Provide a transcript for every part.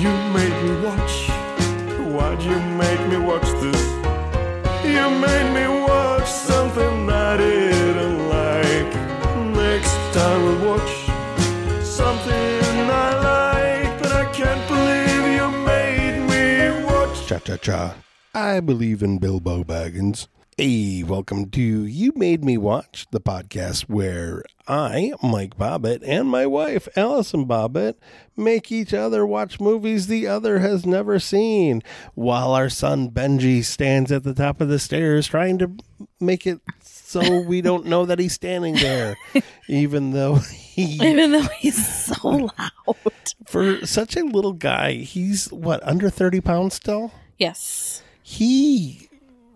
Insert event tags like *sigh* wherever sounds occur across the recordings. You made me watch. Why'd you make me watch this? You made me watch something I didn't like. Next time I'll watch something I like, but I can't believe you made me watch. Cha cha cha. I believe in Bilbo Baggins. Hey, welcome to You Made Me Watch, the podcast where I, Mike Bobbitt, and my wife, Allison Bobbitt, make each other watch movies the other has never seen, while our son Benji stands at the top of the stairs trying to make it so we don't know that he's standing there, even *laughs* though he, Even though he's so loud. for such a little guy, he's what, under 30 pounds still? Yes. he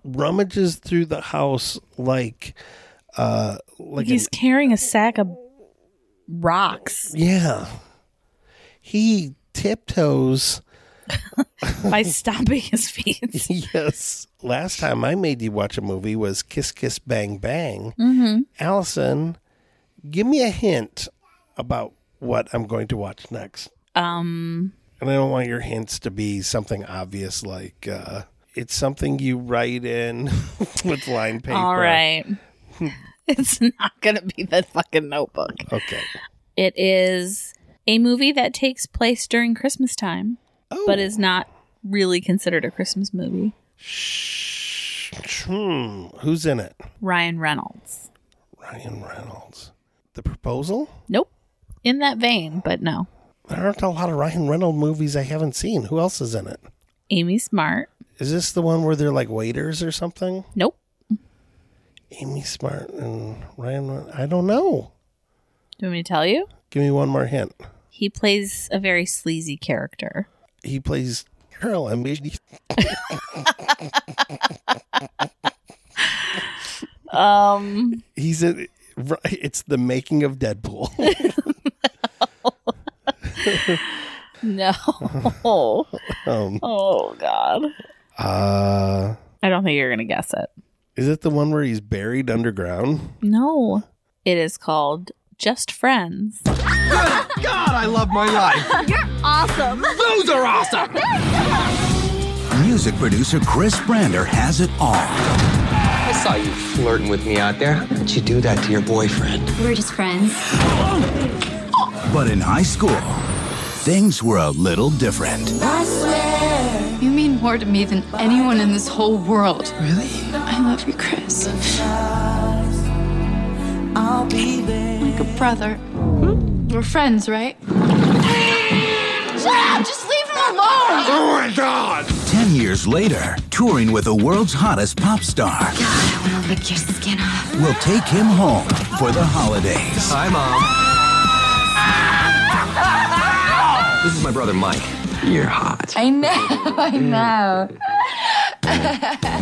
rummages through the house like uh like He's an- carrying a sack of *laughs* rocks yeah he tiptoes by stomping his *laughs* feet. yes last time i made you watch a movie was kiss kiss bang bang Mm-hmm. allison give me a hint about what i'm going to watch next Um, and i don't want your hints to be something obvious like uh it's something you write in *laughs* with line paper *laughs* all right. it's not going to be the fucking notebook. okay It is a movie that takes place during Christmas time, oh. but is not really considered a Christmas movie. Hmm. Who's in it? Ryan Reynolds. Ryan Reynolds. The proposal? Nope. In that vein, but no. There aren't a lot of Ryan Reynolds movies I haven't seen. Who else is in it? Amy Smart. Is this the one where they're like waiters or something? Nope. Amy Smart and Ryan. Re- I don't know. Do you want me to tell you? Give me one more hint. He plays a very sleazy character. *laughs* He plays Carol. and Um, He's in. Ri- It's the making of Deadpool. no. um, oh God. uh, I don't think you're gonna guess it. is it the one where he's buried underground? No. It is called Just Friends. God, I love my life. Awesome. Those are awesome. Music producer Chris Brander has it all. I saw you flirting with me out there. How could you do that to your boyfriend? We're just friends. But in high school, things were a little different. You mean more to me than anyone in this whole world. Really? I love you, Chris. Like a brother. We're friends, right? Shut up! Just leave him alone! Oh my god! Ten years later, touring with the world's hottest pop star I want to lick your skin off. will take him home for the holidays. Hi, Mom. this is my brother, Mike. You're hot. I know, I know.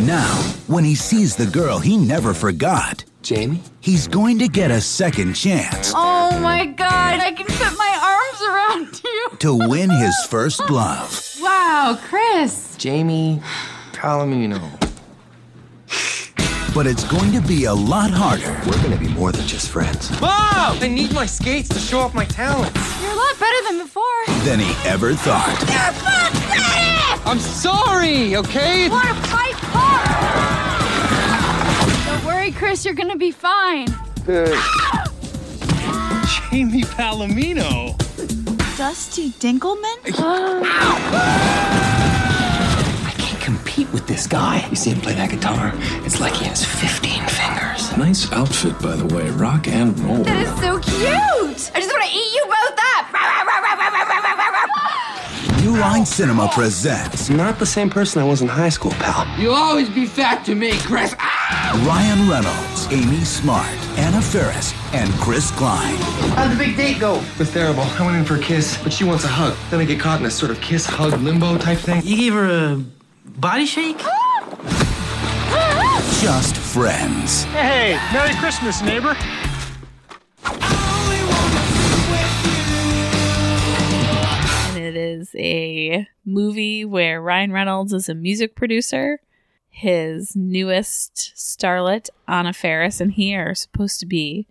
Now, when he sees the girl he never forgot, Jamie? he's going to get a second chance Oh my god, I can put my arms around you. to win his first love. Wow, Chris. Jamie Palomino. But it's going to be a lot harder We're gonna be more than just friends. Mom! I need my skates to show off my talent. You're a lot better than before. than he ever thought. You're pathetic! I'm sorry, okay? What a fight for! Don't worry, Chris, you're gonna be fine. Jamie Palomino. Dusty Dinkelman? I can't compete with this guy. You see him play that guitar? It's like he has 15 fingers. Nice outfit, by the way. Rock and roll. That is so cute! I just want to eat you both up! New Line Cinema presents I'm not the same person I was in high school, pal. You'll always be fat to me, Chris. Ah! Ryan Reynolds, Amy Smart, Anna Ferris, and Chris Klein. How'd the big date go? It was terrible. I went in for a kiss, but she wants a hug. Then I get caught in a sort of kiss hug limbo type thing. You gave her a body shake? Just friends. Hey, Merry Christmas, neighbor. And it is a movie where Ryan Reynolds is a music producer. His newest starlet, Anna Faris, and he are supposed to be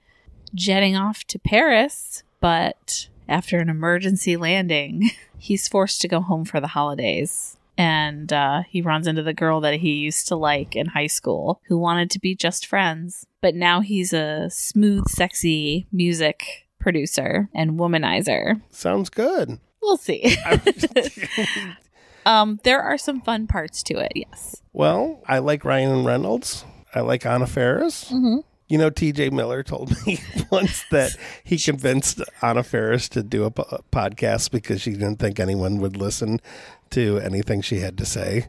jetting off to Paris, but after an emergency landing, *laughs* he's forced to go home for the holidays. And uh, he runs into the girl that he used to like in high school who wanted to be just friends. But now he's a smooth, sexy music producer and womanizer. Sounds good. We'll see. *laughs* um, there are some fun parts to it, yes. Well, I like Ryan Reynolds. I like Anna Faris. Mm-hmm. You know, TJ Miller told *laughs* me once that he convinced Anna Faris to do a po- podcast because she didn't think anyone would listen to anything she had to say.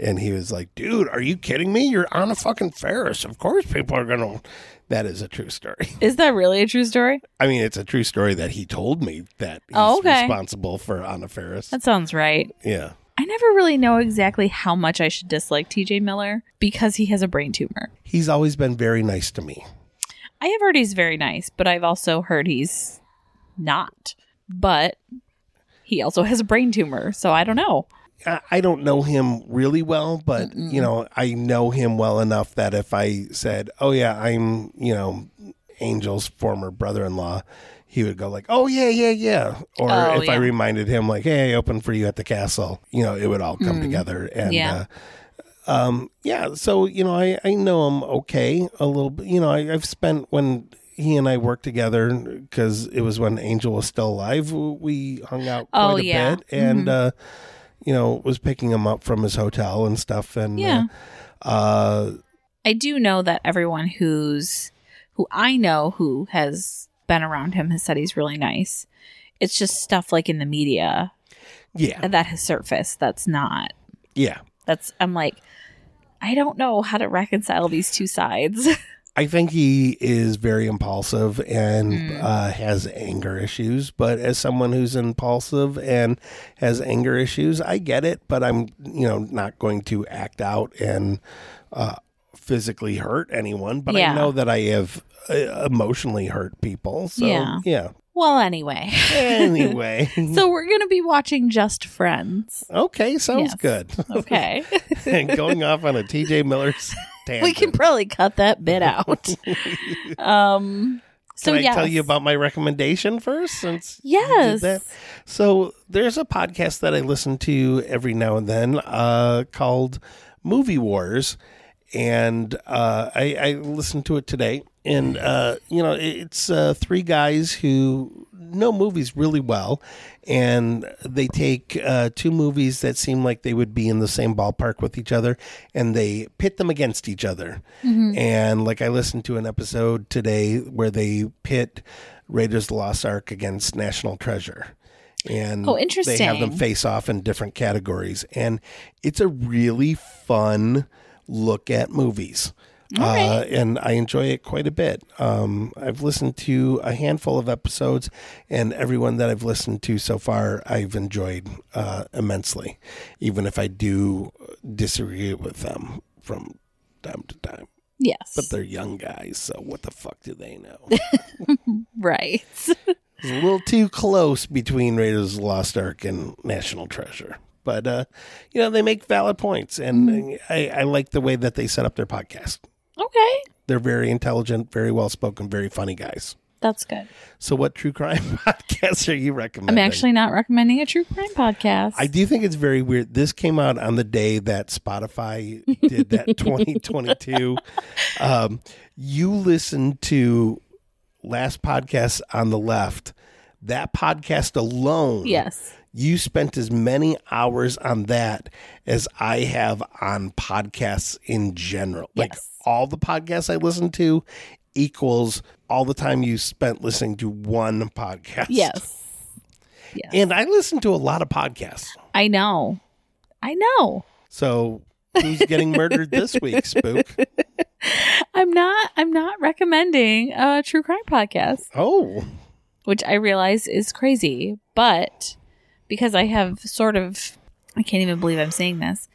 And he was like, dude, are you kidding me? You're Anna fucking Faris. Of course people are going to. That is a true story. *laughs* Is that really a true story? I mean, it's a true story that he told me that he's Oh, okay. responsible for Anna Faris. That sounds right. yeah. I never really know exactly how much I should dislike TJ Miller because he has a brain tumor. He's always been very nice to me. I have heard he's very nice, but I've also heard he's not. But he also has a brain tumor, so I don't know. I I don't know him really well, but you know, I know him well enough that if I said, "Oh yeah, I'm," you know, Angel's former brother-in-law, he would go like, "Oh yeah, yeah, yeah." Or Oh, if I yeah. reminded him like, "Hey, I opened for you at the castle," you know, it would all come together. And Mm. Yeah. uh, um, yeah, so you know, I I know him okay a little bit. You know, I, I've spent when. He and I worked together because it was when Angel was still alive. We hung out quite Oh, a yeah. Mm-hmm. bit, and uh, you know, was picking him up from his hotel and stuff. And Yeah. uh, uh, I do know that everyone who's who I know who has been around him has said he's really nice. It's just stuff like in the media yeah, that has surfaced that's not. yeah. That's I'm like I don't know how to reconcile these two sides. *laughs* I think he is very impulsive and Hmm. uh, has anger issues. But as someone who's impulsive and has anger issues, I get it. But I'm, you know, not going to act out and uh, physically hurt anyone. But I Yeah. know that I have uh, emotionally hurt people. So Yeah. *laughs* yeah. well, anyway. Anyway, So we're going to be watching Just Friends. okay, sounds Yes. good. *laughs* Okay. *laughs* and going off on a TJ Miller's tangent. we can probably cut that *laughs* bit out. um so Can I yes. tell you about my recommendation first? Since you did Yes. that? So there's a podcast that I listen to every now and then uh, called Movie Wars, and uh, I, I listened to it today. And uh, you know, it's uh, three guys who know movies really well, and they take uh, two movies that seem like they would be in the same ballpark with each other, and they pit them against each other. And like I listened to an episode today where they pit Raiders of the Lost Ark against National Treasure. And Oh, They have them interesting. face off in different categories, and it's a really fun look at movies. Uh, and I enjoy it quite a bit. Um, I've listened to a handful of episodes, and everyone that I've listened to so far, I've enjoyed uh, immensely, even if I do disagree with them from time to time. yes. But they're young guys, so what the fuck do they know? right. *laughs* It's a little too close between Raiders of the Lost Ark and National Treasure. But, uh, you know, they make valid points, and Hmm. I, I like the way that they set up their podcast. Okay. They're very intelligent, very well spoken, very funny guys. That's good. So, what true crime *laughs* podcasts are you I'm recommending? actually not recommending a true crime podcast. I do think it's very weird. This came out on the day that Spotify did *laughs* that 2022. Um, you listened to last podcast on the left. That podcast alone *laughs* yes. You spent as many hours on that as I have on podcasts in general. Like Yes. all the podcasts I listen to equals all the time you spent listening to one podcast. Yes. And I listen to a lot of podcasts. I know. I know. So who's getting murdered this *laughs* week, Spook? I'm not I'm not recommending a true crime podcast, Oh, which I realize is crazy, but because I have sort of I can't even believe I'm saying this.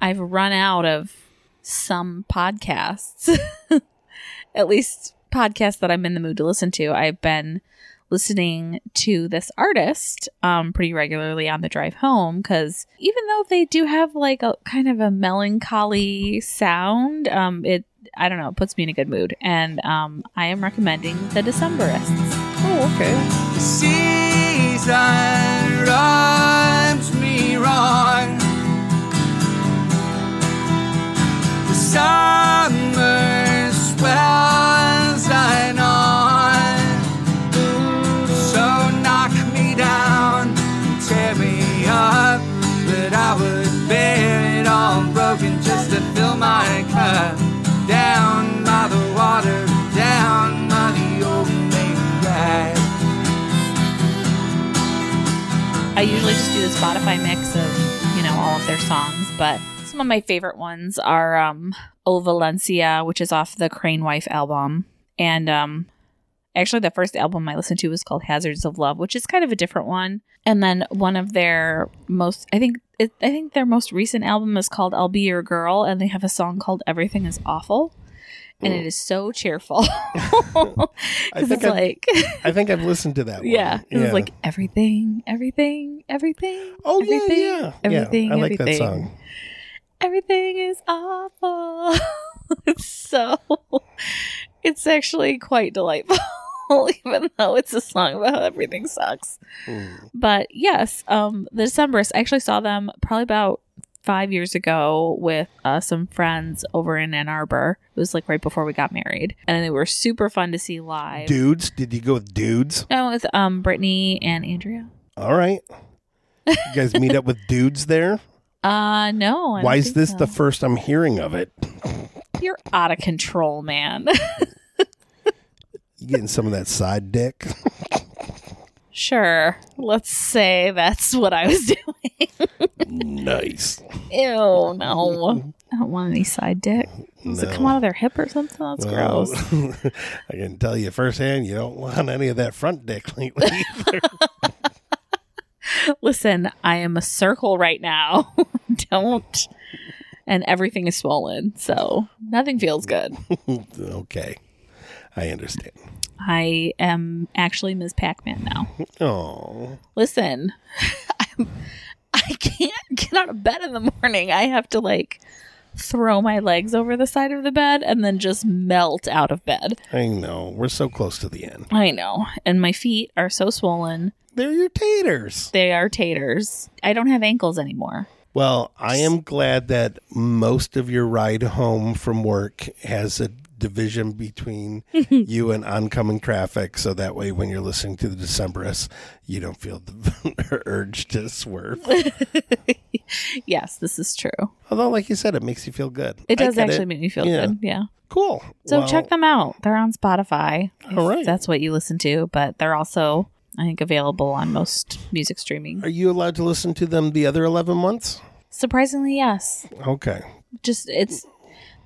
I've run out of some podcasts. *laughs* At least podcasts that I'm in the mood to listen to. I've been listening to this artist um, pretty regularly on the drive home because even though they do have like a kind of a melancholy sound, um, it I don't know, it puts me in a good mood. And um, I am recommending the Decemberists. oh okay. Season rhymes me wrong. The summer swells and on. So knock me down, tear me up. But I would bear it all broken just to fill my cup. Down by the water, down by the old main ride. I usually just do the Spotify mix of you know all of their songs, but some of my favorite ones are um, "O Valencia," which is off the Crane Wife album, and um, actually the first album I listened to was called Hazards of Love, which is kind of a different one. And then one of their most, I think, it, I think their most recent album is called "I'll Be Your Girl," and they have a song called "Everything Is Awful," and it is so *laughs* cheerful *laughs* because think it's I- like, I think I've listened to that one. yeah, it was like everything, everything, everything. Oh yeah, everything, yeah, everything, yeah. I like everything. that song. Everything is awful. *laughs* it's so, it's actually quite delightful, *laughs* even though it's a song about how everything sucks. But yes, um, the Decemberists. I actually saw them probably about five years ago with uh, some friends over in Ann Arbor. It was like right before we got married, and they were super fun to see live. Dudes, did you go with dudes? No, with um Brittany and Andrea. All right. You guys meet up with dudes there? Uh no. I don't Why is think this so. the first I'm hearing of it? You're out of control, man. *laughs* You getting some of that side dick? sure. Let's say that's what I was *laughs* doing. nice. Ew, *laughs* no. I don't want any side dick. Does it come out of their hip or something? That's Well, gross. *laughs* I can tell you firsthand, you don't want any of that front dick lately. *laughs* either. Listen, I am a circle right now. *laughs* don't. And everything is swollen, so nothing feels good. okay. I understand. I am actually Ms. Pac-Man now. Oh. listen, *laughs* I'm, I can't get out of bed in the morning. I have to like throw my legs over the side of the bed and then just melt out of bed. I know. We're so close to the end. I know. And my feet are so swollen. They're your taters. They are taters. I don't have ankles anymore. Well, I am glad that most of your ride home from work has a division *laughs* between you and oncoming traffic. So that way, when you're listening to the Decemberists, you don't feel the *laughs* urge to swerve. Yes, this is true. Although, like you said, it makes you feel good. It I does get actually it. make me feel Yeah. good. Yeah. Cool. So Well, check them out. They're on Spotify. All right. That's what you listen to, but they're also, I think, available on most music streaming. Are you allowed to listen to them the other 11 months? Surprisingly, yes. Okay. just it's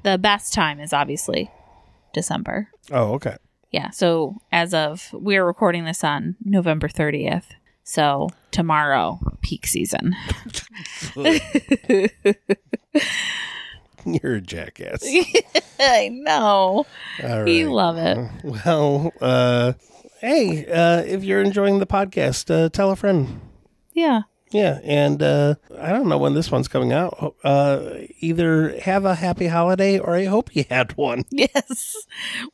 the best time is obviously December. Oh, okay. *laughs* Yeah. So as of we're recording this on November 30th. So tomorrow, peak season. *laughs* You're a jackass. *laughs* I All know. right. Uh-huh. You love it. well, uh, hey, uh, if you're enjoying the podcast, uh, tell a friend. Yeah. *laughs* Yeah, and uh, I don't know when this one's coming out. Uh, either have a happy holiday, or I hope you had one. *laughs* Yes.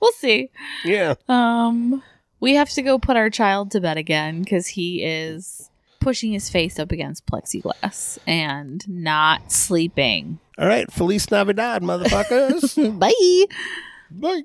We'll see. Yeah, Um we have to go put our child to bed again cuz he is pushing his face up against plexiglass and not sleeping. *laughs* All right, Feliz Navidad, motherfuckers. Bye. Bye.